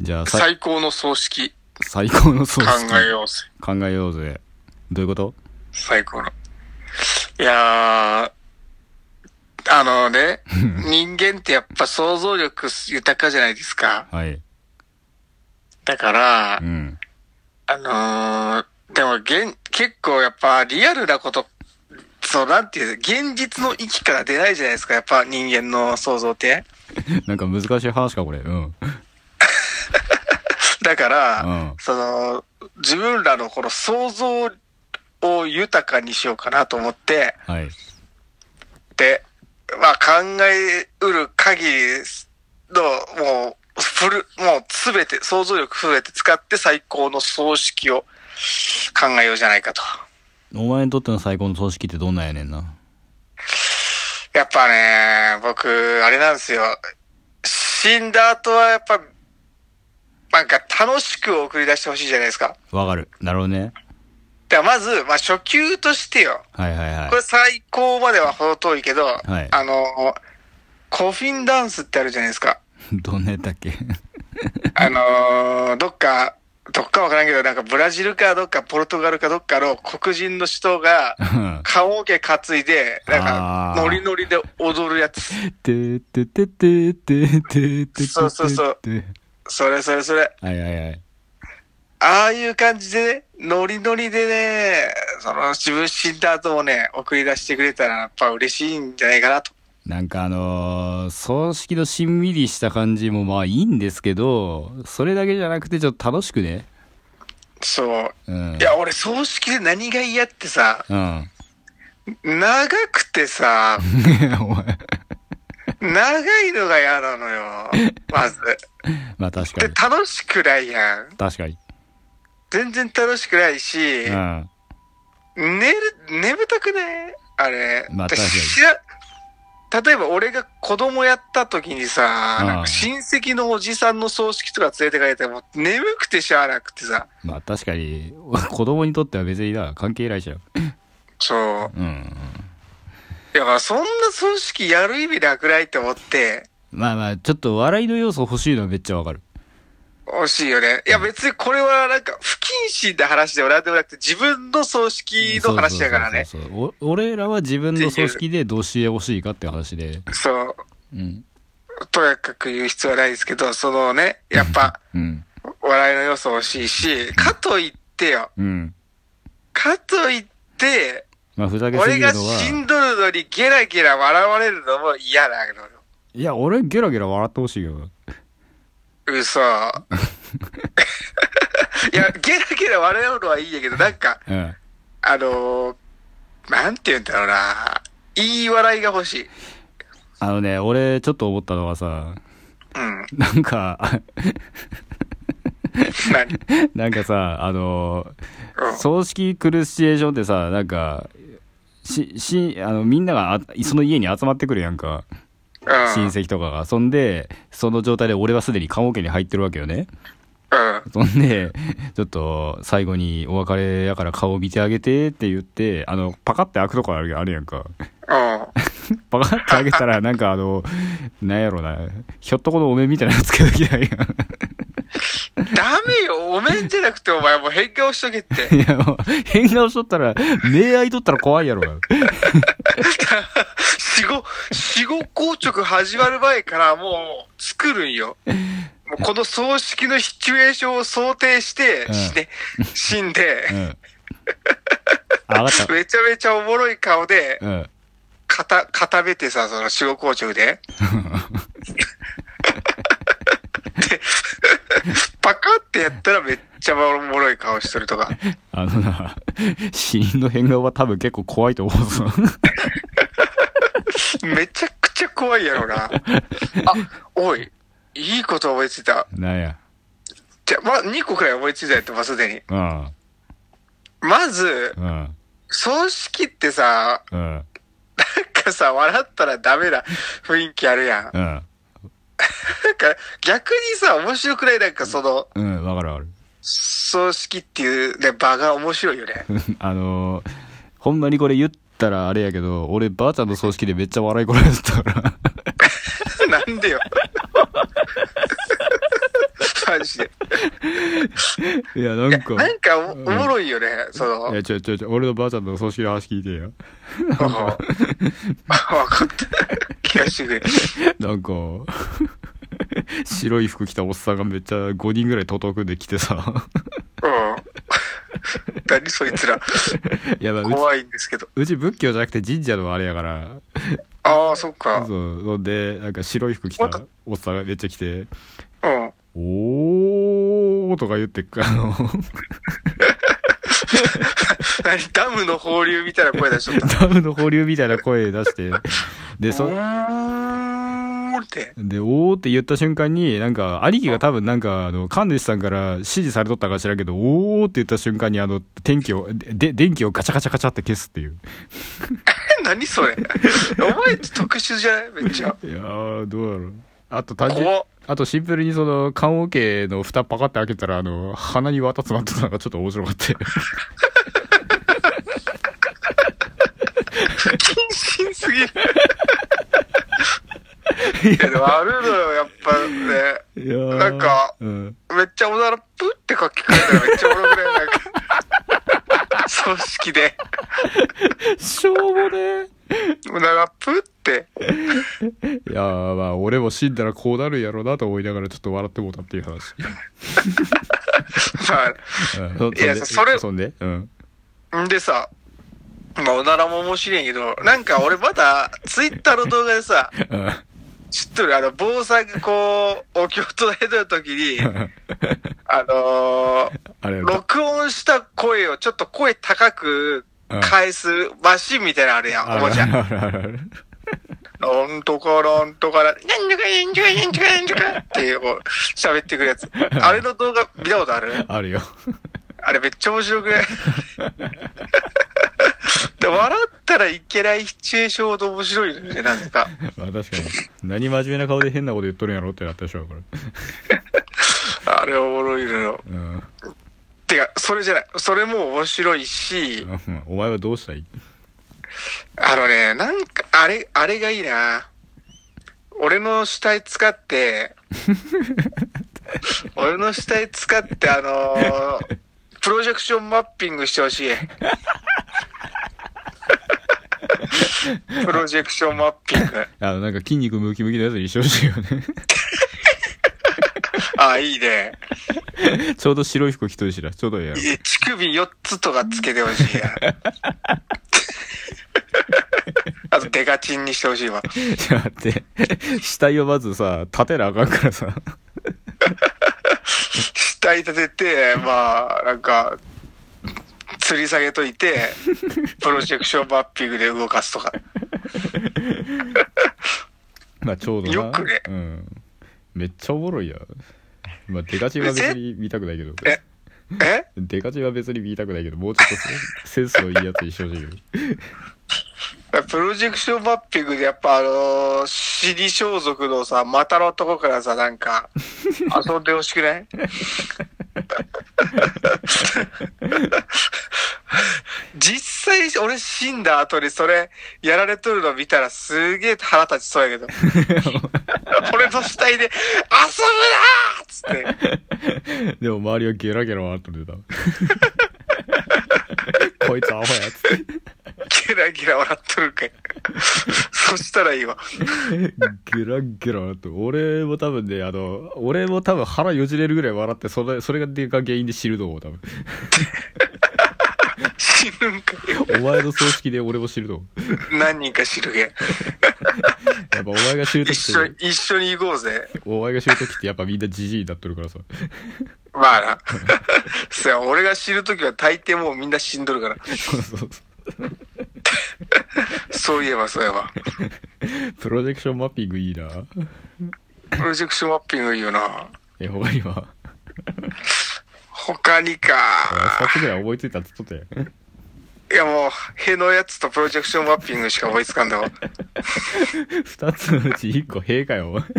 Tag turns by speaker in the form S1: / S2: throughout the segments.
S1: じゃあ、さ
S2: 最高の葬式
S1: 最高の葬
S2: 考
S1: 式
S2: えようぜ。
S1: 考えようぜ。どういうこと
S2: 最高の。いやー、あ のね、人間ってやっぱ想像力豊かじゃないですか。
S1: はい。
S2: だから、
S1: うん。
S2: あのー、でも現、結構やっぱリアルなこと、そう、なんていう、現実の域から出ないじゃないですか、やっぱ人間の想像って。
S1: なんか難しい話か、これ。うん。
S2: だから、
S1: うん
S2: その、自分らのこの想像を豊かにしようかなと思って、
S1: はい。
S2: で、まあ考えうる限りの、もう、フル、もうすべて、想像力増えて使って最高の葬式を考えようじゃないかと。
S1: お前にとっての最高の葬式ってどんなんやねんな。
S2: やっぱね、僕、あれなんですよ。死んだ後はやっぱ、なんか楽しく送り出してほしいじゃないですか。
S1: わかる。なるほどね。
S2: だからまず、まあ初級としてよ。
S1: はいはいはい
S2: こ。れ最高までは程遠いけど、
S1: はい
S2: あの、コフィンダンスってあるじゃないですか。
S1: どんなやったっけ
S2: あのーどっか、どっかわからんけど、なんかブラジルかどっかポルトガルかどっかの黒人の人が、
S1: うん
S2: 棺桶担いで、なん
S1: あ
S2: か、
S1: ー
S2: ノリノリで踊るやつ。
S1: てーてーてーてーてーてーてー
S2: そうそうそう
S1: てーて
S2: それそれそれ。
S1: ーはいはいはい。
S2: ああいう感じでね、ノリノリでね、その自分死んだ後もね、送り出してくれたらやっぱ嬉しいんじゃないかなと。
S1: なんかあのー葬式のしんみりした感じもまあいいんですけど、それだけじゃなくてちょっと楽しくね。
S2: そ
S1: う
S2: う。
S1: ん。
S2: いや、俺、葬式で何が嫌ってさ、
S1: うん。
S2: 長くてさ、
S1: お前。
S2: 長いのが嫌なのよ。まず。
S1: まあ確か
S2: で、
S1: に。
S2: 楽しくないやん。
S1: 確かに。
S2: 全然楽しくないし、
S1: うん。
S2: 寝る、眠たくないあれ。
S1: まあ
S2: だ
S1: 確かに
S2: 知ら例えば俺が子供やった時にさ、
S1: うん
S2: なんか親戚のおじさんの葬式とか連れてかれても眠くてしゃあなくてさ、
S1: まあ確かに、 子供にとっては別にな、関係ないじゃん。
S2: そう。
S1: うん。
S2: だからそんな葬式やる意味なくないって思って、
S1: まあまあ、ちょっと笑いの要素欲しいのはめっちゃわかる。
S2: 惜しいよね。いや別にこれはなんか不謹慎な話でもなんでもなくて自分の葬式の話だからね。
S1: そうそうそうそうお俺らは自分の葬式でどうしてほしいかっていう話で。
S2: そう。
S1: うん。
S2: とやかく言う必要はないですけど、そのね、やっぱ、
S1: うん。
S2: 笑いの要素欲しいし、かといってよ、
S1: うん。
S2: かといって、
S1: まあふざけす
S2: 俺
S1: ぎる
S2: が
S1: の
S2: 死
S1: は。
S2: んどるのにゲラゲラ笑われるのも嫌なのよ。
S1: いや、俺ゲラゲラ笑ってほしいよ。
S2: 嘘。いや、ゲラゲラ笑うのはいいんやけど、なんか、
S1: うん。
S2: あのーなんて言うんだろうな。いい笑いが欲しい。
S1: あのね、俺ちょっと思ったのはさ、
S2: うん。
S1: なんか、 あ
S2: 何
S1: なんかさ、あの
S2: うん
S1: 葬式来るシチュエーションってさ、なんか、し、し、あの、みんながあ、その家に集まってくるやんか。
S2: う
S1: 親
S2: ん。
S1: 戚とかが。そんで、その状態で俺はすでに棺桶に入ってるわけよね。
S2: うん。
S1: そんで、ちょっと、最後にお別れやから顔見てあげてって言って、あの、パカって開くとこあるあるやんか。
S2: うん。
S1: パカって開けた ら、なんかあの、なんやろな、ひょっとこのお面みたいなのつけときゃいい
S2: ダメよ、お面じゃなくてお前もう変顔しとけって。
S1: やん。いや、もう変顔しとったら、目合いとったら怖いやろな。
S2: 死後、死後硬直始まる前からもう作るんよ。もうこの葬式のシチュエーションを想定して、
S1: うん
S2: 死ね、死んで
S1: う、ん。あ、わかっ
S2: めちゃめちゃおもろい顔で
S1: た。、うん。
S2: 固、固めてさ、その死後硬 直で。でパカってやったらめっちゃおもろい顔しとるとか。
S1: あのな、 死因の変顔は多分結構怖いと思う ぞ。
S2: めちゃくちゃ怖いやろな。あ、おい、いいこと思いついた。
S1: なんや。
S2: じゃあ、まあ、2個くらい思いついたやってますでに。
S1: うん。
S2: まず、
S1: うん。
S2: 葬式ってさ、
S1: うん。
S2: なんかさ、笑ったらダメな雰囲気あるやん。
S1: うん。
S2: なんか、逆にさ、面白くないなんかその、
S1: うん。わかるわかる。
S2: 葬式っていうね、場が面白いよね。
S1: あのー、ほんまにこれ言ったらあれやけど、俺ばあちゃんの葬式でめっちゃ笑いこられてたから。
S2: なんでよ。感じで。
S1: いや、なんか。
S2: なんかおお
S1: うん
S2: もろいよね、そ
S1: い
S2: の。うん
S1: や、ちょ、ちょ、ちょ、俺のばあちゃんの葬式の話聞いてよ。
S2: 分かった。気がしてくれ。
S1: なん か、白い服着たおっさんがめっちゃ5人ぐらい徒党組んで来て さ。
S2: うん。何そいつら。
S1: いや、まあうち、
S2: 怖いんですけど。
S1: うち仏教じゃなくて神社のあれやから。
S2: ああ、そっか。
S1: そう。ほんで、なんか白い服着
S2: また
S1: たおっさんがめっちゃ来て、
S2: うん。
S1: おーとか言ってっから、あ の、
S2: 何ダムの放流みたいな声出しとった。
S1: ダムの保留みたいな声出 して、で、
S2: う
S1: そ、
S2: ーんって。
S1: で、おーって言った瞬間に、なんか、兄貴が多分なんか、あの、神主さんから指示されとったか知らんけど、おーって言った瞬間に、あの、天気を、で、電気をガチャガチャガチャって消すっていう。
S2: え何それ。お前特殊じゃないめっちゃ。
S1: いやー、どうだろう。あと単純
S2: 怖っ。
S1: あとシンプルにその、棺桶の蓋パカって開けたら、あの、鼻に綿詰まってたのがちょっと面白かったよ。
S2: 謹慎すぎる。いや、でもあるのよ、やっぱね。
S1: いやー
S2: なんか
S1: うん。
S2: めっちゃおならプって書き換えたらめっちゃおもろくないなんか。葬式で。
S1: しょうもね
S2: おならプって。
S1: いやー、まあ、俺も死んだらこうなるんやろうなと思いながらちょっと笑ってもうたっていう 話。
S2: ま
S1: うん
S2: いや
S1: そ
S2: それ
S1: そんで、うん。
S2: あ、んでさ、まあおならも面白いんやけど、なんか俺まだ、ツイッターの動画でさ、
S1: うん。
S2: 知っとる、あの、坊さんがこう、お経唱えとるときに、あのー
S1: あれ、
S2: 録音した声をちょっと声高く返すマシンみたいなのあるやん、おもちゃ。
S1: あるあるある
S2: なんとかなんとかな、なんとかなんとかなんとかなんとかっていう、こう、喋ってくるやつ。あれの動画見たことある
S1: あるよ。
S2: あれめっちゃ面白く ないで笑ったらいけないシチュエーションほど面白いよね、なんか。
S1: まあ確かに。何真面目な顔で変なこと言っとるんやろってなったでしょ、これ。
S2: あれおもろいのよ。
S1: うん。
S2: てか、それじゃない。それも面白いし、
S1: お前はどうしたい
S2: あのね、なんか、あれ、あれがいいな。俺の死体使って、俺の死体使って、あのープロジェクションマッピングしてほしい。プロジェクションマッピング。
S1: あの、なんか筋肉ムキムキのやつにしてほしいよね。
S2: あ、いいね。
S1: ちょうど白い服着とるしな。ちょうどいいやろ。
S2: いや乳首4つとかつけてほしいや。あと、デカチンにしてほしいわ。
S1: ちょっと待って。死体をまずさ、立てなあかんからさ。
S2: 死体立てて、 まあ、なんか、吊り下げといて、プロジェクションマッピングで動かすとか。
S1: まあちょうどな。
S2: よくね
S1: うん。めっちゃおもろいやん。まあデカチンは別に見たくないけど。
S2: ええ
S1: デカチンは別に見たくないけど、もうちょっとセン スのいいやつにしてほしいよ。
S2: プロジェクションマッピングでやっぱあのー死に装束のさ、股のとこからさ、なんか、遊んでほしくない実際、俺死んだ後にそれ、やられとるの見たらすげえ腹立ちそうやけど。俺の死体で、遊ぶなーっつって。
S1: でも周りはゲラゲラ笑っとる でた。こいつアホやつって。
S2: ゲラゲラ笑っとるんかい。そしたらいいわ。
S1: ゲラゲラ笑っとる。俺も多分ね、あの、俺も多分腹よじれるぐらい笑って、それ、それがでか原因で死ぬと思う、多分。
S2: 死ぬんかい。
S1: お前の葬式で俺も死ぬと思う。
S2: 何人か知るげん。
S1: やっぱお前が死ぬと
S2: 一
S1: き
S2: 緒
S1: っ
S2: に、一緒に行こうぜ。
S1: て、お前が死ぬときってやっぱみんなジジイになっとるからさ。
S2: まあな。 そや、俺が死ぬときは大抵もうみんな死んどるから。
S1: そうそうそう。
S2: そういえばそういえば。
S1: プロジェクションマッピングいいな。
S2: プロジェクションマッピングいいよな。
S1: え、他には。
S2: 他にか。
S1: 2つぐらい思いついたっつっとったやん。
S2: いやもう、へのやつとプロジェクションマッピングしか思いつかんだわ。
S1: 2つのうち1個平かよ、お前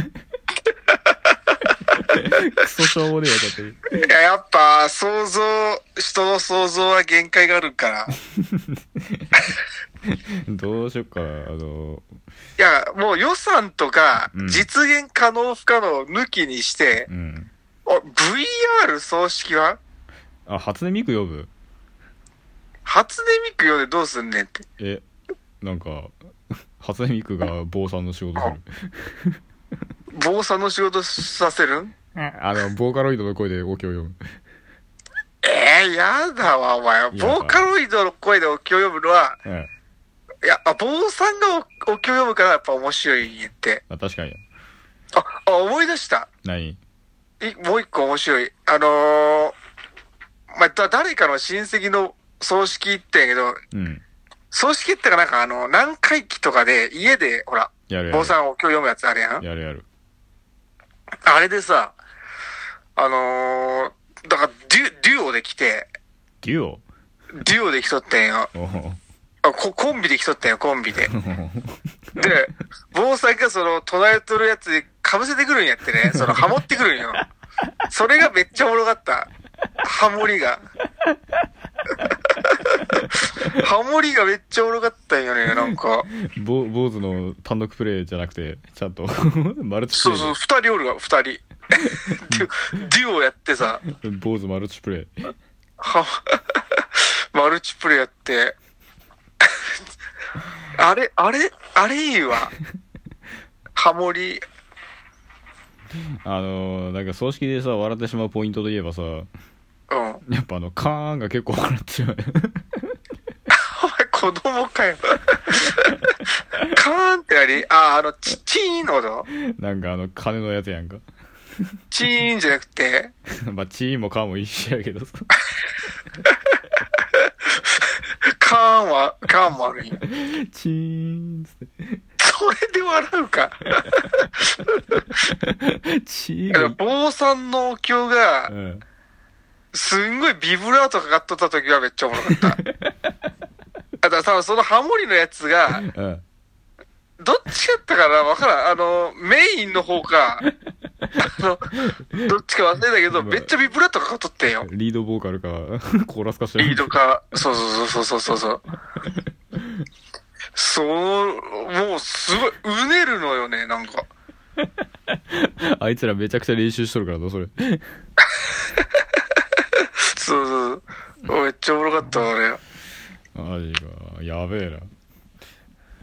S1: クソしょうもねえやつだって。
S2: いや、やっぱ、想像、人の想像は限界があるから。
S1: どうしよっかな、あの、
S2: いや、もう予算とか
S1: う、ん
S2: 実現可能不可能を抜きにして
S1: う、ん。
S2: あ、VR 葬式は
S1: あ、初音ミク呼ぶ
S2: 初音ミク呼んでどうすんねんって。
S1: え、なんか、初音ミクが坊さんの仕事する。
S2: 坊さんの仕事させるん
S1: あの、ボーカロイドの声でお経を読む。
S2: えー、やだわ、お前。
S1: だ
S2: ボーカロイドの声でお経を読むのは、
S1: うん。
S2: いや、あ、坊さんがおお経を読むからやっぱ面白いんやって。
S1: あ、確かに。
S2: あ、あ、思い出した。
S1: 何
S2: いもう一個面白い。あのー、まあ、だ誰かの親戚の葬式行ったんやけど、
S1: うん。
S2: 葬式ってかなんかあの、南海期とかで家で、ほら、
S1: やるやる。
S2: 坊さんを今日読むやつあるやん。
S1: やるやる。
S2: あれでさ、あのー、だからデュ、デュオで来て、
S1: デュオ
S2: デュオで来とったんよ。
S1: おう
S2: あこコンビで来とったんよ、コンビで。で、坊さんがその、唱えとるやつに被せてくるんやってね、その、ハモってくるんよ。それがめっちゃおもろかった。ハモリが。ハモリがめっちゃおもろかったんよね、なんか。
S1: ぼ坊主の単独プレイじゃなくて、ちゃんと マルチプ
S2: そう
S1: レ
S2: そう、二人おるが、二人。デュデュオやってさ、
S1: イ。坊主マルチプレイ。
S2: は、 マルチプレイやって。あれ、あれ、あれいいわ。ハモリ。
S1: あのー、なんか葬式でさ、笑ってしまうポイントといえばさ、
S2: うん。お前
S1: やっぱあの、カーンが結構笑ってしまう。
S2: 子供かよ。カーンって何あ、あの、チ、チーンのこと
S1: なんかあの、金のやつやんか。
S2: チーンじゃなくて、
S1: まあ、チーンもカーンも一緒やけどさ。
S2: カーンは、カーンもあるんや。
S1: チーンっつって。
S2: それで笑うか。
S1: チーン
S2: だから
S1: が。
S2: 坊さんのお経が
S1: う、ん。
S2: すんごいビブラートかかっとった時はめっちゃおもろかった。あと多分そのハモリのやつが、
S1: うん。
S2: どっちやったかなわからん。あの、メインの方か、あの、どっちか忘れたけど、めっちゃビブラートかかっとってんよ。
S1: リードボーカルか、 コーラスかしらん
S2: リ
S1: けど
S2: ードか、そうそうそうそうそうそう。そう、もうすごい、うねるのよね、なんか。
S1: あいつらめちゃくちゃ練習しとるからな、それ。
S2: そうそうそう。めっちゃおもろかったわ、あれ。
S1: マジか。やべえな。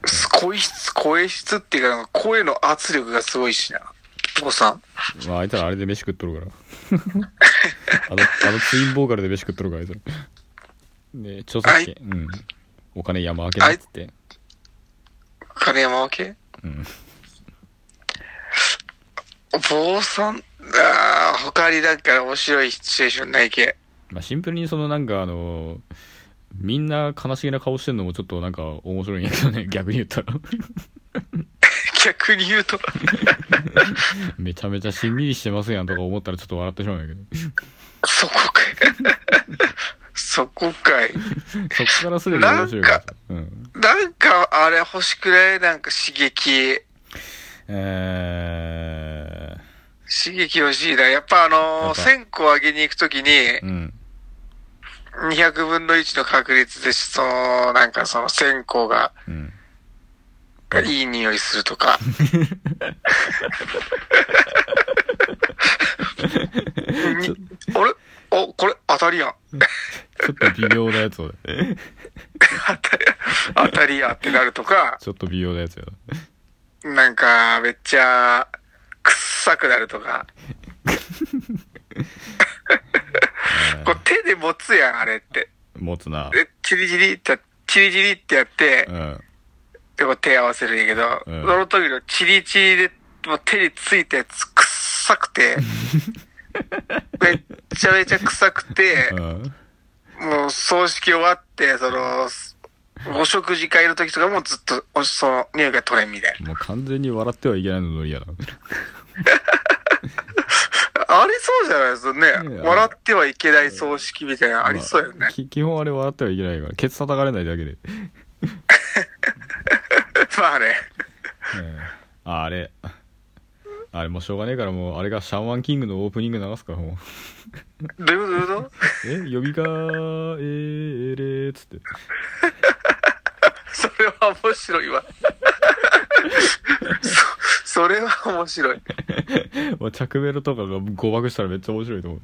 S2: す声質、声質っていうか、なんか声の圧力がすごいしな。父さん。
S1: まあ、あいつらあれで飯食っとるから。 あの、あのツインボーカルで飯食っとるから、あいつら。で、著作権。うん。お金山分けだっつって。
S2: 金山分け
S1: うん。
S2: 坊さん、ああ、他になんか面白いシチュエーションないけ。
S1: まあ、シンプルにそのなんかあのーみんな悲しげな顔してんのもちょっとなんか面白いんやけどね、 逆に言ったら。
S2: 逆に言うと。
S1: めちゃめちゃしんみりしてますやんとか思ったらちょっと笑ってしまうんやけど。
S2: そこかい。 そこかい。
S1: そっからすれば面白いからさ。うん。
S2: なんか、あれ欲しくないなんか刺激。
S1: え
S2: 刺激欲しいな。やっぱあ
S1: や
S2: の
S1: っぱ
S2: ー、1000個上げに行くときに、
S1: ー、うん。
S2: 200分の1の確率で、その、なんかその1000個が、
S1: うん。
S2: いい匂いする とか。にあれお、これ当たりやん。
S1: ちょっと微妙なやつを、
S2: 当たり、当たりやってなるとか、
S1: ちょっと微妙なやつやな。
S2: なんか、めっちゃ、臭くなる とか。こう手で持つやん、あれって。
S1: 持つな。
S2: で、チリチリって、チリチリってやって
S1: う、ん。
S2: でこう手合わせるんやけど、
S1: うん
S2: その時のチリチリで、もう手についたやつ、臭くて、 めっちゃめちゃ臭くて、
S1: うん。
S2: もう葬式終わって、その、お食事会の時とかもずっと、おその、匂いが取れんみたいな。
S1: もう完全に笑ってはいけないのノリやな。
S2: ありそうじゃないですかね。
S1: いや
S2: 笑ってはいけない葬式みたいな、 ありそうよ
S1: まあ
S2: ね。
S1: き基本あれ笑ってはいけないから、ケツ叩かれないだけで。
S2: まあね。
S1: ああれあれもうしょうがねえからもうあれがシャンワンキングのオープニング流すからもう
S2: どういうことどう いうこと
S1: え呼びかえー、えーれーっつって
S2: それは面白いわ。そそれは面白い。
S1: もう着メロとかが誤爆したらめっちゃ面白いと思う。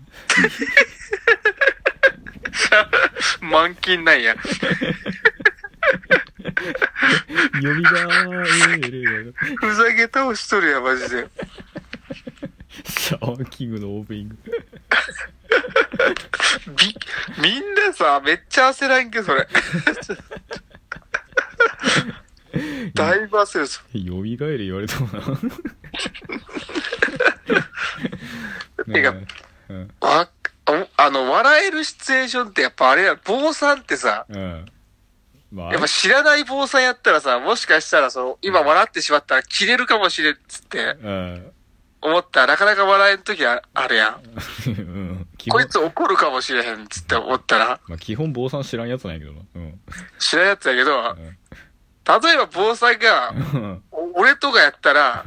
S2: 満勤なんや。
S1: 読みがーれる。
S2: ふざけ倒しとるやん、マジで。
S1: シャワーキングのオープニング。
S2: び、みんなさ、めっちゃ焦らんけ、それ。だいぶ焦るぞ。
S1: 読みがえれ言われた もんな。
S2: てか
S1: ねえうん
S2: わ、おあの、笑えるシチュエーションってやっぱあれや、坊さんってさ、
S1: うん。まあ、
S2: やっぱ知らない坊さんやったらさ、もしかしたらその、今笑ってしまったら切れるかもしれんっつって
S1: うん。
S2: 思ったらなかなか笑えんときああるやん。
S1: うん。基
S2: こ
S1: 本
S2: い、つ怒るかもしれへんっつって思ったら、
S1: まあ、基本坊さん知らんやつなんやけどな。うん。
S2: 知らんやつやけど、例えば坊さんが、
S1: うん。
S2: お俺とかやったら、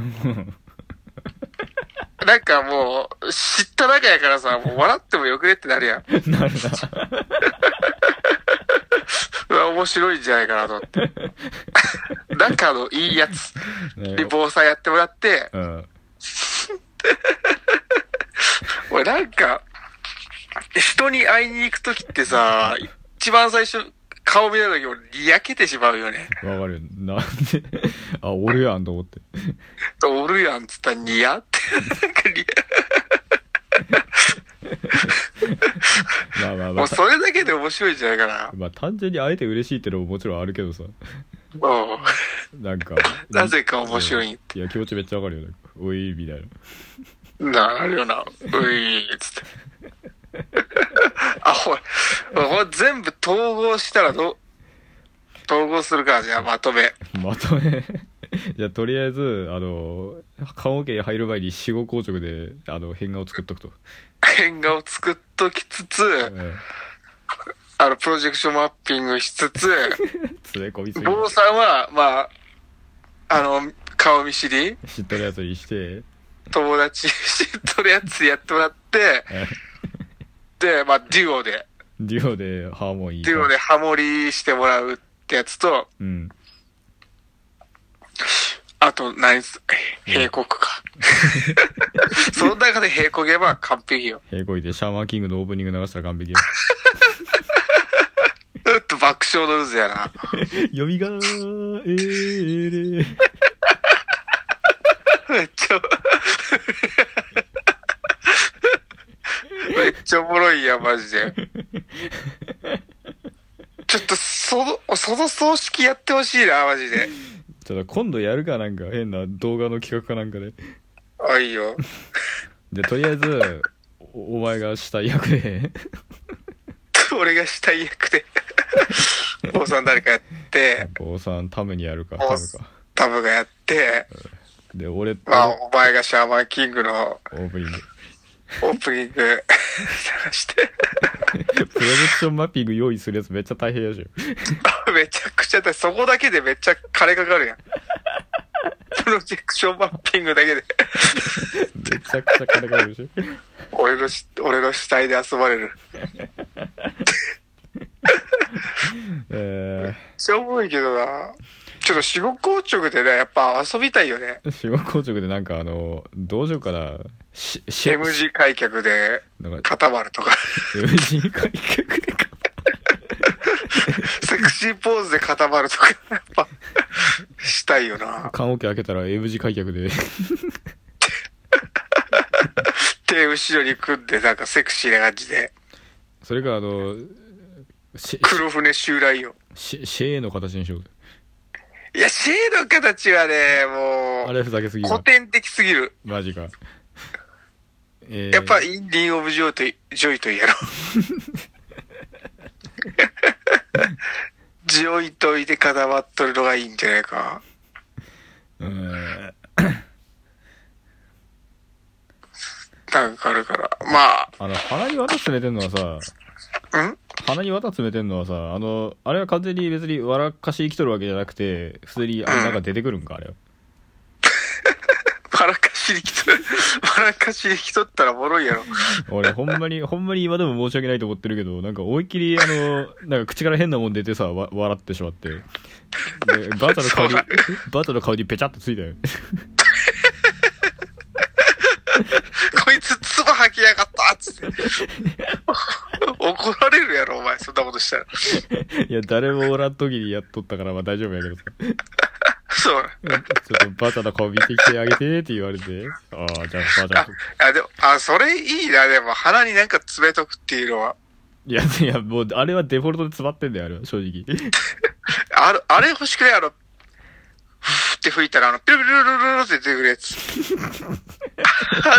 S2: なんかもう、知った仲やからさ、もう笑ってもよくねってなるやん。
S1: なる
S2: うわ、面白いんじゃないかなと思って。仲のいいやつ
S1: な。
S2: に坊さんやってもらって、
S1: うん。
S2: 俺なんか、人に会いに行くときってさ、一番最初、顔見たとき俺、にやけてしまうよね。
S1: わかるよ。なんで、 あ、俺やんと思って。
S2: おるやんっつったら、にや って、なんかに
S1: まあまあま
S2: も
S1: あ
S2: う。それだけで面白いんじゃないかな。
S1: まあ単純に会えて嬉しいってのももちろんあるけどさ。
S2: うん。
S1: なんか。
S2: なぜか面白い
S1: いや、気持ちめっちゃわかるよ。なんかおい、みたいな。
S2: なるよな。ういー、 つって。あ、ほい。これ全部統合したらどう、統合するか、じゃあまとめ。
S1: まとめ じゃあとりあえずあの棺桶に入る前に死後硬直であの変顔作っとくと、
S2: 変顔作っときつ
S1: う
S2: つ、
S1: ん、
S2: あの、プロジェクションマッピングしつつ、
S1: 連れ込みすぎ
S2: 坊さんは、まあ、あの、顔見知り、
S1: 知っとるやつにして
S2: 友達知っとるやつやってもらって、で、まあ、デュオで、
S1: うんデュオでハーモニー
S2: デュオでハモリしてもらうってやつと、
S1: うん
S2: あと、何す、閉国か。 その中で閉国げば完璧よ。
S1: 平行いてシャーマンキングのオープニング流したら完璧よ
S2: うっと爆笑の渦やな。
S1: 読みがーえー、えー、
S2: めっちゃ、めっちゃおもろいやん、マジで。ちょっと、その、その葬式やってほしいな、マジで。
S1: ちょっと今度やるかなんか変な動画の企画かなんかで
S2: あ、いいよ。
S1: でとりあえずおお前が死体役で
S2: 俺が死体役で、坊さん誰かやって、
S1: 坊さんタムにやるかタ
S2: 坊
S1: ム
S2: さん
S1: か
S2: タブがやって、
S1: で俺と
S2: まあ、お前がシャーマンキングの
S1: オープニング
S2: オープニング 探して、
S1: プロジェクションマッピング用意するやつめっちゃ大変やしょ。
S2: めちゃくちゃだ、そこだけでめっちゃ金かかるやん。プロジェクションマッピングだけで、
S1: めちゃくちゃ金かかるでしょ。
S2: 俺のし、俺の死体で遊ばれる。
S1: え
S2: そう思うけどな。ちょっと死後硬直でね、やっぱ遊びたいよね。
S1: ー、死後硬直でなんかあの、どうしようかな。し、し、
S2: M 字開脚で
S1: なんか、
S2: 固まるとか、
S1: M 字開脚でか。
S2: セクシーポーズで固まるとか、やっぱ、したいよな。
S1: 缶桶開けたら M 字開脚で。
S2: 手後ろに組んで、なんかセクシーな感じで、
S1: それかあの、し、
S2: 黒船襲来よ。
S1: し、シェーの形にしよう。
S2: いや、シェーの形はね、
S1: あ
S2: もう、
S1: れふざけすぎる
S2: 古
S1: わ。
S2: 典的すぎる。
S1: マジか。えー、
S2: やっぱ、インディン・オブ・ジョイとい、ジョイとやろ う。ジョイといで固まっとるのがいいんじゃないか。
S1: うーん。
S2: なんかあるから。ま
S1: あの、鼻に綿詰めてんのはさ、
S2: あ、ん
S1: 鼻に綿詰めてんのはさあのあれは完全に別に笑かし生きとるわけじゃなくて普通にあのなんか出てくるんかあれは
S2: バラかしに 来とる、バラかしに来とったらおもろいやろ。
S1: 俺ほんまにほ んまに今でも申し訳ないと思ってるけどなんか思いっきりあのなんか口から変なもん出てさわ笑ってしまってでバータの顔に
S2: そうだ
S1: バータの顔にペチャッとついたよ
S2: こいつ、唾吐きやがったっつって。 怒られるやろ、お前。そんなことしたら。
S1: いや、誰もおらん時にやっとったから、まあ大丈夫やけどさ。
S2: そう。
S1: ちょっとバタの顔見てきてあげてって言われて。ああ、じゃあバタ
S2: あ。、あでも、あ、それいいな、でも、鼻になんか詰めとくっていうのは。
S1: いや、いや、もう、あれはデフォルトで詰まってんだよ、あれは、正直。
S2: あれ、あれ欲しくないあの、ふーって吹いたら、あの、ピルピルピルピルピルって出てくるやつ。あ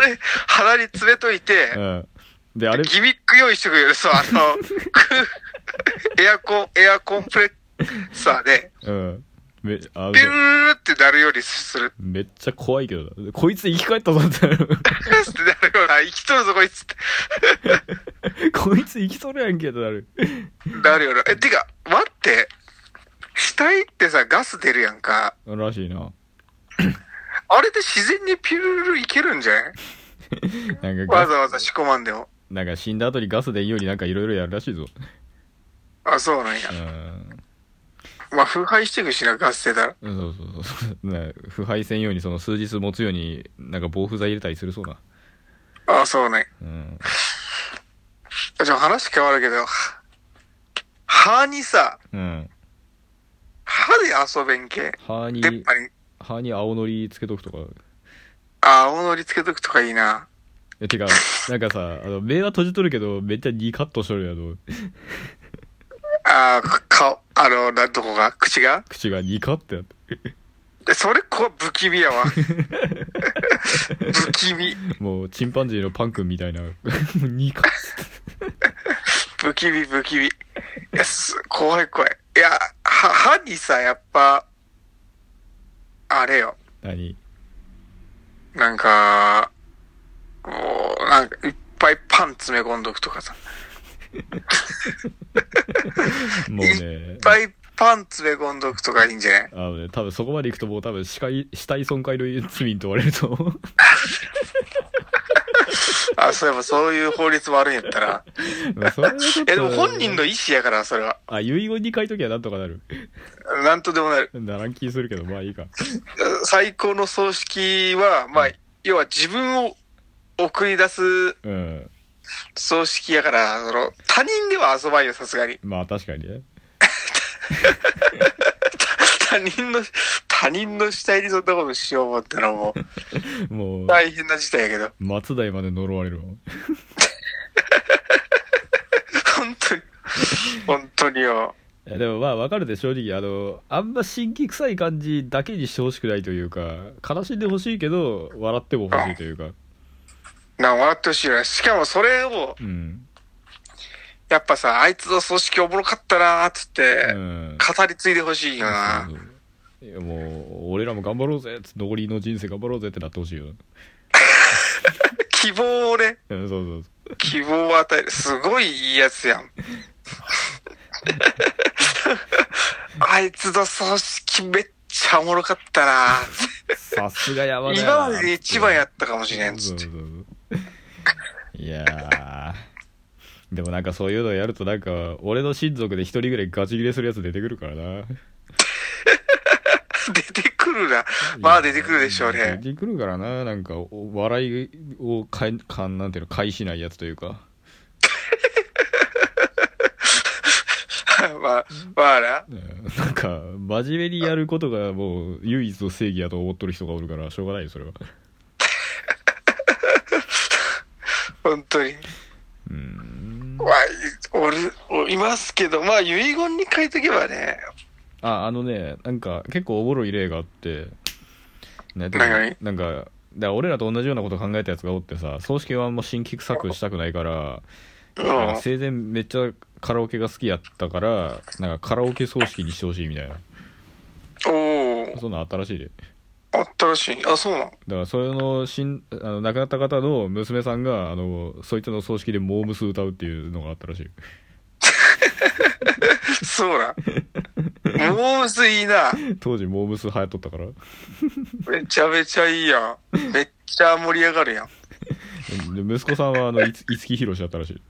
S2: れ、鼻に詰めといて、
S1: うん。で、あれ、
S2: ギミック用意してくれる。そう、あの、くエアコン、エアコンプレッサーで、
S1: うん。め、あの
S2: ピ、ューってなるようにする。
S1: めっちゃ怖いけどな。こいつ生き返ったぞってなる。
S2: ピューってなるような、生きとるぞ、こいつって。
S1: こいつ生きとるやんけってなる。
S2: なるような。え、てか、待って。死体ってさ、ガス出るやんか。
S1: らしいな。
S2: あれで自然にピュルルルいけるんじゃない
S1: なんか
S2: わ
S1: ガ
S2: ざわざ仕込まんでも。
S1: なんか死んだ後にガスでいいようになんかいろいろやるらしいぞ。
S2: あ、そうなんや
S1: う。ん。
S2: まあ、腐敗してくしな、ガス出たら。
S1: そうそうそう。な腐敗せんように、その数日持つように、なんか防腐剤入れたりするそうな。
S2: あ、そうなんや。
S1: うん。
S2: あじゃあ話変わるけど、は歯にさ、
S1: うん。
S2: 歯で遊べんけ。
S1: 歯に、
S2: 出っ歯に、
S1: 歯に青のりつけとくとか。
S2: あ、青のりつけとくとかいいな。
S1: いやてか、なんかさ、あの、目は閉じとるけど、めっちゃ2カットしとるやろ。
S2: あー、か顔、あの、な、どこが口が
S1: 口が2カってなって。
S2: でそれ、こ、不気味やわ。不気味。
S1: もう、チンパンジーのパン君みたいな。2カッ
S2: 不気味、不気味。いや、す、怖い、怖い。いや、歯、歯にさ、やっぱ、あれよ。
S1: 何
S2: なんか、もう、なんか、いっぱいパン詰め込んどくとかさ。
S1: もう
S2: い
S1: ね
S2: っ、ぱいパン詰め込んどくとかいいんじゃない
S1: あのね、多分そこまで行くともう多分死体、死体損壊の罪に問われると思う。
S2: あ、そういえばそういう法律もあるんやったら。
S1: まあそれはちょっと
S2: え、でも本人の意思やから、それは。
S1: あ、遺言に書いときゃなんとかなる。
S2: なんとでもなる。
S1: ならん気するけど、まあいいか。
S2: 最高の葬式は、まあ、要は自分を送り出す
S1: うん。
S2: 葬式やから、その、他人では遊ばんよ、さすがに。
S1: まあ確かにね。
S2: 他人の、他人の死体にそんなことしよう思ったらもう、
S1: もう、
S2: 大変な事態やけど。
S1: 松代まで呪われるわ。
S2: 本当に、本当によ。
S1: いやでもまあわかるで正直あのあんま神気臭い感じだけにしてほしくないというか悲しんでほしいけど笑っても欲しいというか
S2: な、笑ってほしいな。しかもそれを、
S1: うん
S2: やっぱさ、あいつの葬式おもろかったなーっつって、
S1: うん
S2: 語り継いでほしいよな
S1: そう。そういやもう俺らも頑張ろうぜつ残りの人生頑張ろうぜってなってほしいよ
S2: 希望をね、
S1: うんそうそうそ
S2: 希望を与える。すごいいいやつやん。あいつの葬式めっちゃおもろかったな
S1: うさすが山田やな
S2: 今までで一番やったかもしれんっつ
S1: そ
S2: っ
S1: う
S2: て
S1: そう。そういやーでもなんかそういうのやるとなんか俺の親族で一人ぐらいガチ切れするやつ出てくるからな
S2: 出てくるな。まあ出てくるでしょうね。
S1: 出てくるからななんかお笑いをかいかんなんていうの返しないやつというか
S2: まあ、まあな。
S1: うんなんか真面目にやることがもう唯一の正義やと思っとる人がおるからしょうがないよそれは
S2: 本当に。
S1: うん
S2: まあ、おる、おいますけど、まあ遺言に書いとけばね。
S1: ああのねなんか結構おもろい例があってねでも
S2: 何々
S1: なんかだから俺らと同じようなこと考えたやつがおってさ葬式はあんま新規臭くしたくないから
S2: う
S1: なんか
S2: ん。
S1: 生前めっちゃカラオケが好きやったからなんかカラオケ葬式にしてほしいみたいな
S2: おー、
S1: そんなんあったらしいで
S2: 新しい。あ、そうな
S1: だ
S2: ん。
S1: からそれの死んあの亡くなった方の娘さんがあのそいつの葬式でモームス歌うっていうのがあったらしい
S2: そうなん。もう薄いいな。
S1: 当時モームス流行っとったから
S2: めちゃめちゃいいやん。めっちゃ盛り上がるやん。
S1: で息子さんはあのいつ五木ひろしだったらしい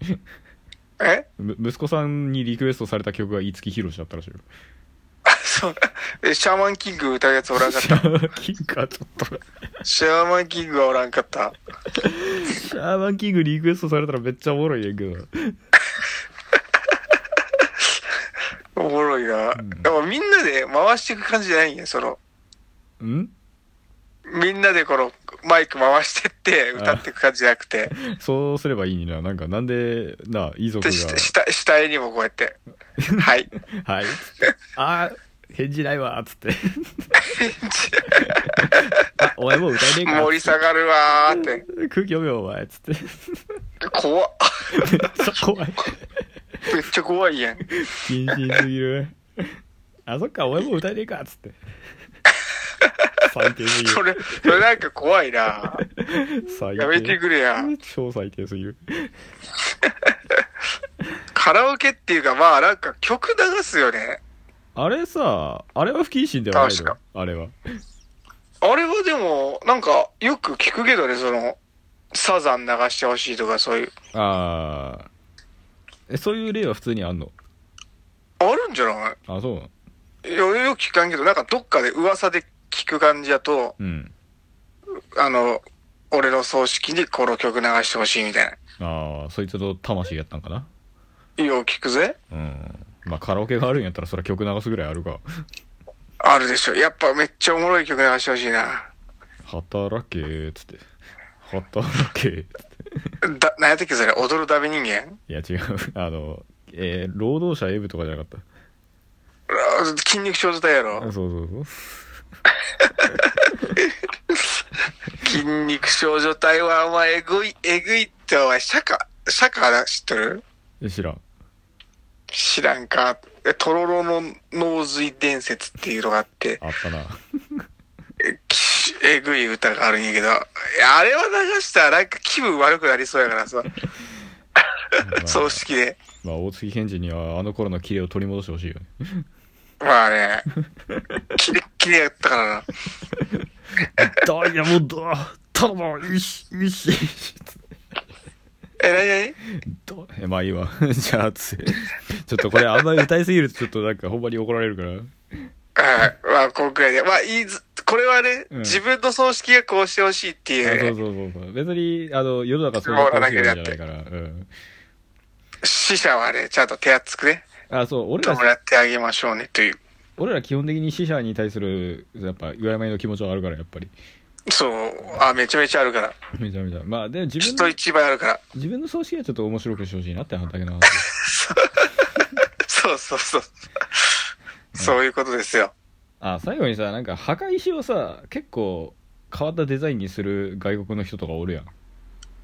S2: え
S1: む息子さんにリクエストされた曲が五木ひろしだったらしいよ
S2: あ、 そう。え、シャーマンキング歌うやつおらんかっ
S1: シ
S2: た。
S1: ャーマンキングはちょっと、
S2: シャーマンキングはおらんかった。
S1: シャーマンキングリクエストされたらめっちゃおもろいねんけど。
S2: おもろいな。でもみんなで回していく感じじゃないんや、その。
S1: ん
S2: みんなでこのマイク回してって歌っていく感じじゃなくて。
S1: そうすればいいにな。なんか、なんで、な、遺族
S2: で、し下、下絵にもこうやって。 はい。
S1: が、 はい。あー、返事ないわ、つって。あ、お前もう歌えねえから。
S2: 盛り下がるわーって。
S1: 空気読めよ、お前、つって。
S2: 怖っ。
S1: めっちゃ怖い。
S2: めっちゃ怖いやん。
S1: 謹慎すぎる。あ、そっか、お前もう歌えねえか、つって。最低すぎ
S2: それ、それなんか怖いな。
S1: る。最低。
S2: やめてくれや。
S1: 超最低すぎる。
S2: カラオケっていうか、まあなんか曲流すよね。
S1: あれさ、あれは不謹慎ではないの
S2: 確
S1: あれは。
S2: あれはでも、なんかよく聞くけどね、その、サザン流してほしいとかそういう。
S1: あーえ、そういう例は普通にあんの
S2: あるんじゃな
S1: あ、そうなの
S2: いよよく聞かんけど、なんかどっかで噂で聞く感じだと、
S1: うん。
S2: あの、俺の葬式にこの曲流してほしいみたい
S1: ああ、そいつの魂やったんかな
S2: な。よう聞くぜ。
S1: うん。まあ、カラオケがあるんやったらそりゃ曲流すぐらいあるか。
S2: あるでしょ。やっぱめっちゃおもろい曲流してほしいな。
S1: 働けーっつって。働けーっつって。
S2: だ、何やったっけそれ踊るダメ人間
S1: いや、違う。 あの、えー、労働者エブとかじゃなかっ
S2: うわ筋肉症状態やろ
S1: た。そう。そうそう。
S2: 筋肉少女隊はお前えぐい、えぐいってお前、シャカ、シャカ知ってる
S1: え知らん。
S2: 知らんか。えとろろの脳髄伝説っていうのがあって、
S1: あったな。
S2: えきしえぐい歌があるんやけど、いやあれは流したらなんか気分悪くなりそうやからさ、葬式で。
S1: まあ、大月健二にはあの頃のキレを取り戻してほしいよね。
S2: まあね、キレッキレやったからな。
S1: ダイヤモンド頼むよしよし
S2: え、なになに
S1: どえまあいいわ。 じゃあ、つちょっとこれあんまり歌いすぎるとちょっとなんかほんまに怒られるから。
S2: はい、まあ、こんくらいで。まあ、いいず、これはね、
S1: うん
S2: 自分の葬式がこうしてほしいっていう
S1: あ
S2: ね、
S1: そうそうそうそう。別に、あの、世の中そういうことじゃないから。うん。
S2: 死者はね、ちゃんと手厚くね、
S1: あ、そう、俺
S2: 弔
S1: ら、
S2: ってあげましょうねという。
S1: 俺ら基本的に死者に対する、やっぱ、敬いの気持ちはあるから、やっぱり。
S2: そう、あ、めちゃめちゃあるから。
S1: めちゃめちゃ。まあ、でも自分
S2: 人
S1: の、
S2: 一倍あるから。
S1: 自分の葬式はちょっと面白くしてほしいなって話だけの話です。
S2: そうそうそう。そういうことですよ。
S1: あ、最後にさ、なんか、墓石をさ、結構、変わったデザインにする外国の人とかおるやん。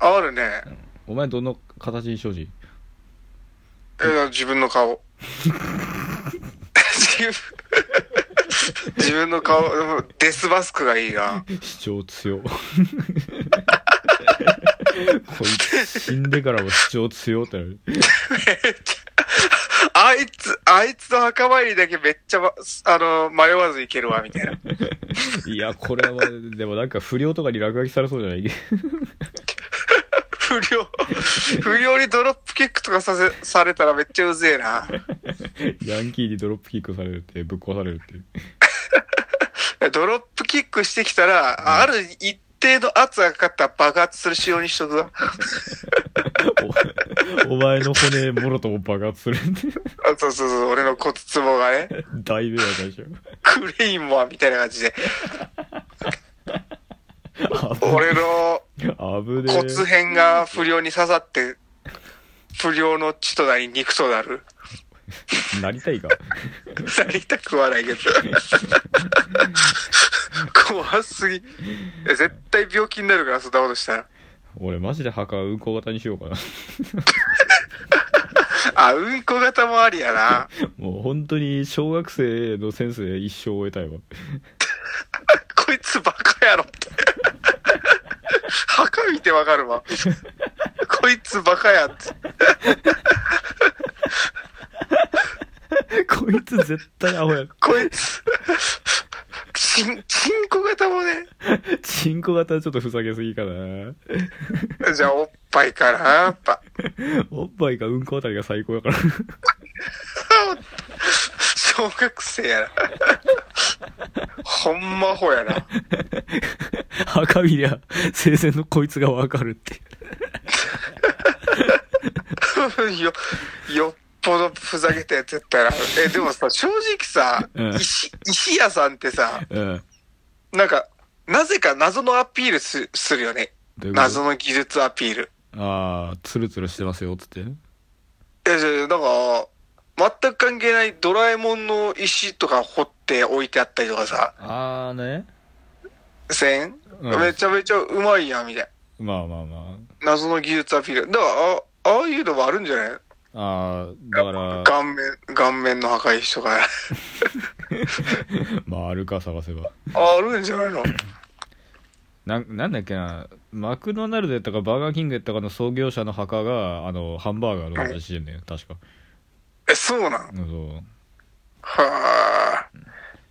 S2: あるね。
S1: お前どの形にしようし
S2: え自分の顔。 自分自分の顔、デスマスクがいいな。
S1: 主張強 こいつ死んでからも主張強ってなる
S2: あいつ、あいつの墓参りだけめっちゃば、あの、迷わず行けるわ、みたいな。
S1: いやこれはでもなんか不良とかに落書きされそうじゃない
S2: 不良、不良にドロップキックとかさせ、されたらめっちゃうぜえな。
S1: ヤンキーにドロップキックされるってぶっ壊されるっていう
S2: ドロップキックしてきたら、ある一定の圧がかかったら爆発する仕様にしとくわ。
S1: おお前の骨もろとも爆発するって
S2: あそうそうそう、俺の骨ツボが ね、
S1: 大迷惑でしょ
S2: クレイモアみたいな感じで、
S1: 危
S2: 俺の
S1: ね
S2: 骨
S1: え
S2: 片が不良に刺さって、不良の血となり肉となる。
S1: なりたいか
S2: なりたくはない けど。怖すぎ。いや絶対病気になるから、そんなことしたら。
S1: 俺マジで墓運行型にしようかな
S2: あ、うんこ型もありやな。
S1: もう本当に小学生の先生一生終えたいわ
S2: こいつバカやろって。墓見てわかるわ。こいつバカやって。
S1: こいつ絶対アホや。
S2: こいつ。ちん、ちんこ型もね。
S1: チンコ型はちょっとふざけすぎかな。
S2: じゃあ、おっぱいかな、やっぱ。
S1: おっぱいかうんこあたりが最高だから。
S2: ち小学生やな。ほんまアホやな。
S1: 赤見りゃ生前のこいつがわかるって。
S2: よ、よっぽどふざけたやつやったら。え、でもさ、正直さ、
S1: うん
S2: 石、石屋さんってさ、
S1: うん。
S2: なんか、なぜか謎のアピールすするよね。
S1: どういうこと
S2: 謎の技術アピール。
S1: ああ、ツルツルしてますよ、つって。
S2: いや、じゃあなんか、全く関係ないドラえもんの石とか掘って置いてあったりとかさ、
S1: ああね。
S2: せん、
S1: うん
S2: めちゃめちゃうまいやん、みたい
S1: まあまあま
S2: な。謎の技術アピール。だから、あああいうのもあるんじゃない
S1: あ。ああ、だから、
S2: 顔面、顔面の破壊石とか。
S1: まあ、あるか探せば。
S2: ああるんじゃないの
S1: なんなんだっけな、マクドナルドやったか、バーガーキングやったかの創業者の墓が、あの、ハンバーガーの話してんだよ、確か。
S2: え、そうなん
S1: うんそう。
S2: はあ。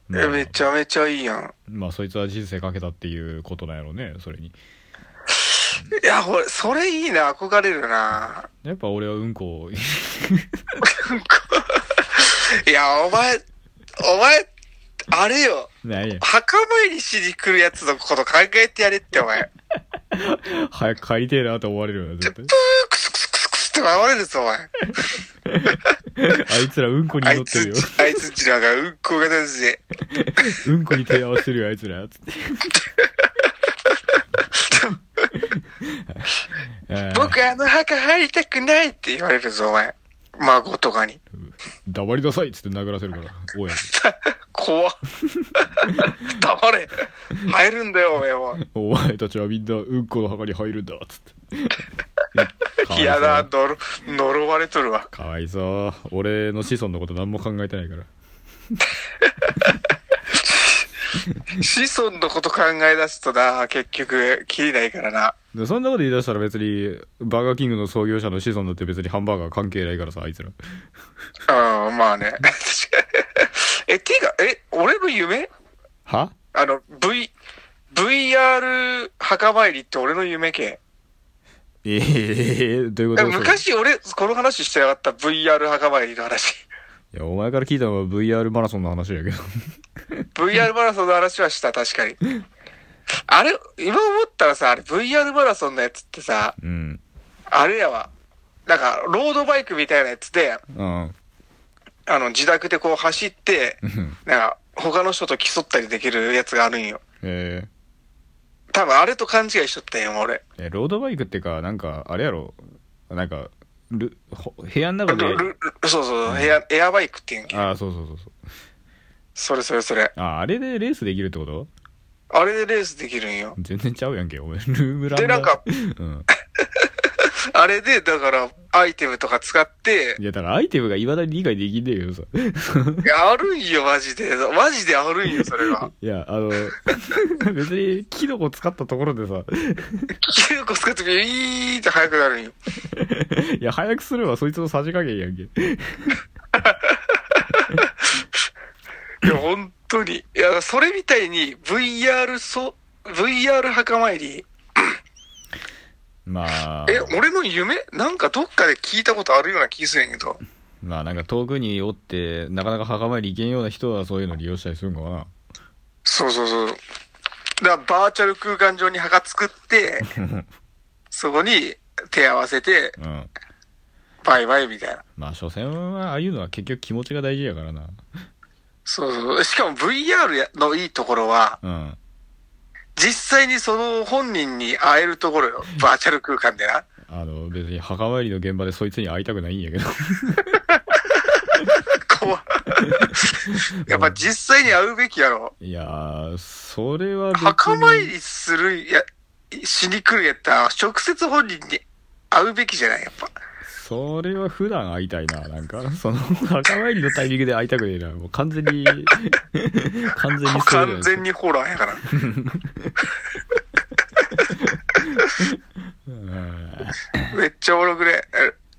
S1: ま
S2: え
S1: あ、
S2: めちゃめちゃいいやん。
S1: まあ、そいつは人生かけたっていうことなんやろうね、それに。
S2: いや、これ、それいいな、憧れるな。
S1: やっぱ俺はうんこを、
S2: いや、お前、お前、あれよ。
S1: 何や、
S2: 墓参りしに来るやつのこと考えてやれって、お前。
S1: 早く帰りてえなと思われるよな、絶 対。
S2: クスクスクスクスって笑われるぞ、お前。
S1: あいつらうんこに
S2: あ
S1: 乗っ
S2: い
S1: て
S2: つ
S1: る
S2: ん
S1: よ
S2: ち。、あいつんちなんか、うんこが出すぜ。
S1: うんこに手合わせるよ、あいつ ら。 つって。えー
S2: 僕、あの墓入りたくないって言われるぞ、お前。孫とかに。
S1: 黙りなさいっつって殴らせる から、おい。
S2: 怖 っ黙れ。入るんだよ、お前は。
S1: お前たちはみんなうんこの墓に入るんだ、つっ て。
S2: 嫌だ、。呪、呪われとるわ。
S1: かわいそう。俺の子孫のこと何も考えてないから。
S2: 子孫のこと考え出すとな、結局、切りないからな。
S1: でそんなこと言い出したら別に、バーガーキングの創業者の子孫だって別にハンバーガー関係ないからさ、あいつら。
S2: うん、まあね。 え、ていうか、え、俺の夢
S1: は
S2: あの、V、VR 墓参りって俺の夢系。
S1: ええどういうこと
S2: 昔俺、この話してなかった VR 墓参りの話。
S1: いや、お前から聞いたのは VR マラソンの話やけど。
S2: VR マラソンの話はした、確かに。あれ、今思ったらさ、あれ VR マラソンのやつってさ、
S1: うん。
S2: あれやわ。なんか、ロードバイクみたいなやつで、
S1: うん。
S2: あの、自宅でこう走って、なんか、他の人と競ったりできるやつがあるんよ。
S1: え
S2: 多分あれと勘違いしとったんよ、俺。
S1: ー、えロードバイクってか、なんか、あれやろ。なんか、るほ部屋の中 で
S2: ル。ルルそうそう、エア、エアバイクっていうんけ
S1: ああ、そうそうそうそう。
S2: それそれそれ。
S1: あ、あれでレースできるってこと
S2: あれでレースできるんよ。
S1: 全然ちゃうやんけ、お前。ルームラン
S2: でなんか
S1: うん。
S2: あれで、だから、アイテムとか使って
S1: い、や、だからアイテムがいまだに理解できんねえけどさ。
S2: いやあるんよ、マジで。マジであるんよ、それは。
S1: いや、あの、 別に、キノコ使ったところでさ、
S2: キノコ使ってビーって速くなるんよ。
S1: いや、早くすればそいつのさじ加減やんけ。
S2: いや、本当に。いや、それみたいに、VR そ、VR 墓参り。
S1: まあ、
S2: え、俺の夢なんかどっかで聞いたことあるような気するんやけど。
S1: まあなんか遠くにおって、なかなか墓参り行けんような人はそういうの利用したりするんかな。
S2: そうそうそう。だからバーチャル空間上に墓作って、そこに手合わせて、
S1: うん。
S2: バイバイみたいな。
S1: まあ、所詮は、ああいうのは結局気持ちが大事やからな。
S2: そうそう。しかも VR やのいいところは、
S1: うん。
S2: 実際にその本人に会えるところよ。バーチャル空間でな。
S1: あの、別に墓参りの現場でそいつに会いたくないんやけど。
S2: 怖っやっぱ実際に会うべきやろ。
S1: いやー、それは別に
S2: 墓参りするや、しに来るやったら、直接本人に会うべきじゃないやっぱ。
S1: それは普段会いたいな、なんか。その、墓参りのタイミングで会いたくねえな。もう完全に、 完全にそれだよ
S2: 完全にホラーやから。
S1: うん。
S2: めっちゃおもろくね。え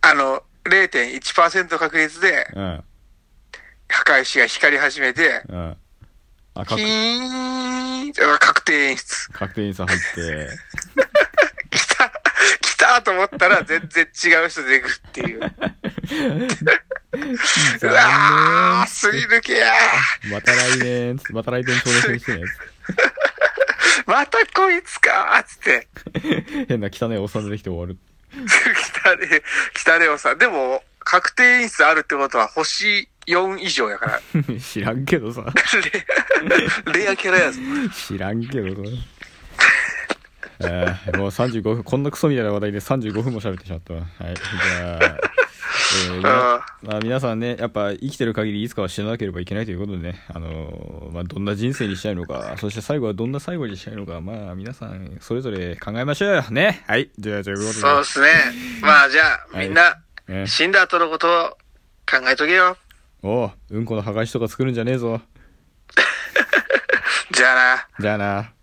S2: あの、0.1%確率で、
S1: うん。
S2: 墓石が光り始めて、
S1: うん。あ、
S2: キ
S1: 確
S2: ーンって確定演出。
S1: 確定にさ入って、
S2: 来た来たと思ったら全然違う人出てくるっていう。うわー、すり抜けや
S1: また来年、また来年挑戦してね。
S2: ーまたこいつかーっつって。
S1: 変な汚いおっさん出てきて終わる。
S2: 北レ、北レオさん。でも、確定演出あるってことは星4以上やから。
S1: 知らんけどさ。
S2: レレアキャラやぞ。
S1: 知らんけどさ。えーもう35分、こんなクソみたいな話題で35分も喋ってしまったわ。はい。じゃあ、え ーみなまあ、皆さんね、やっぱ生きてる限りいつかは死ななければいけないということでね、あのーまあ、どんな人生にしたいのか、そして最後はどんな最後にしたいのか、まあ皆さんそれぞれ考えましょうよ。ね。はい。じゃあ、ということで。
S2: そうですね。まあじゃあ、
S1: はい
S2: みんな、
S1: ね
S2: 死んだ後のことを考えとけよ。
S1: おう、うんこの破壊しとか作るんじゃねえぞ。
S2: じゃあな。
S1: じゃあな。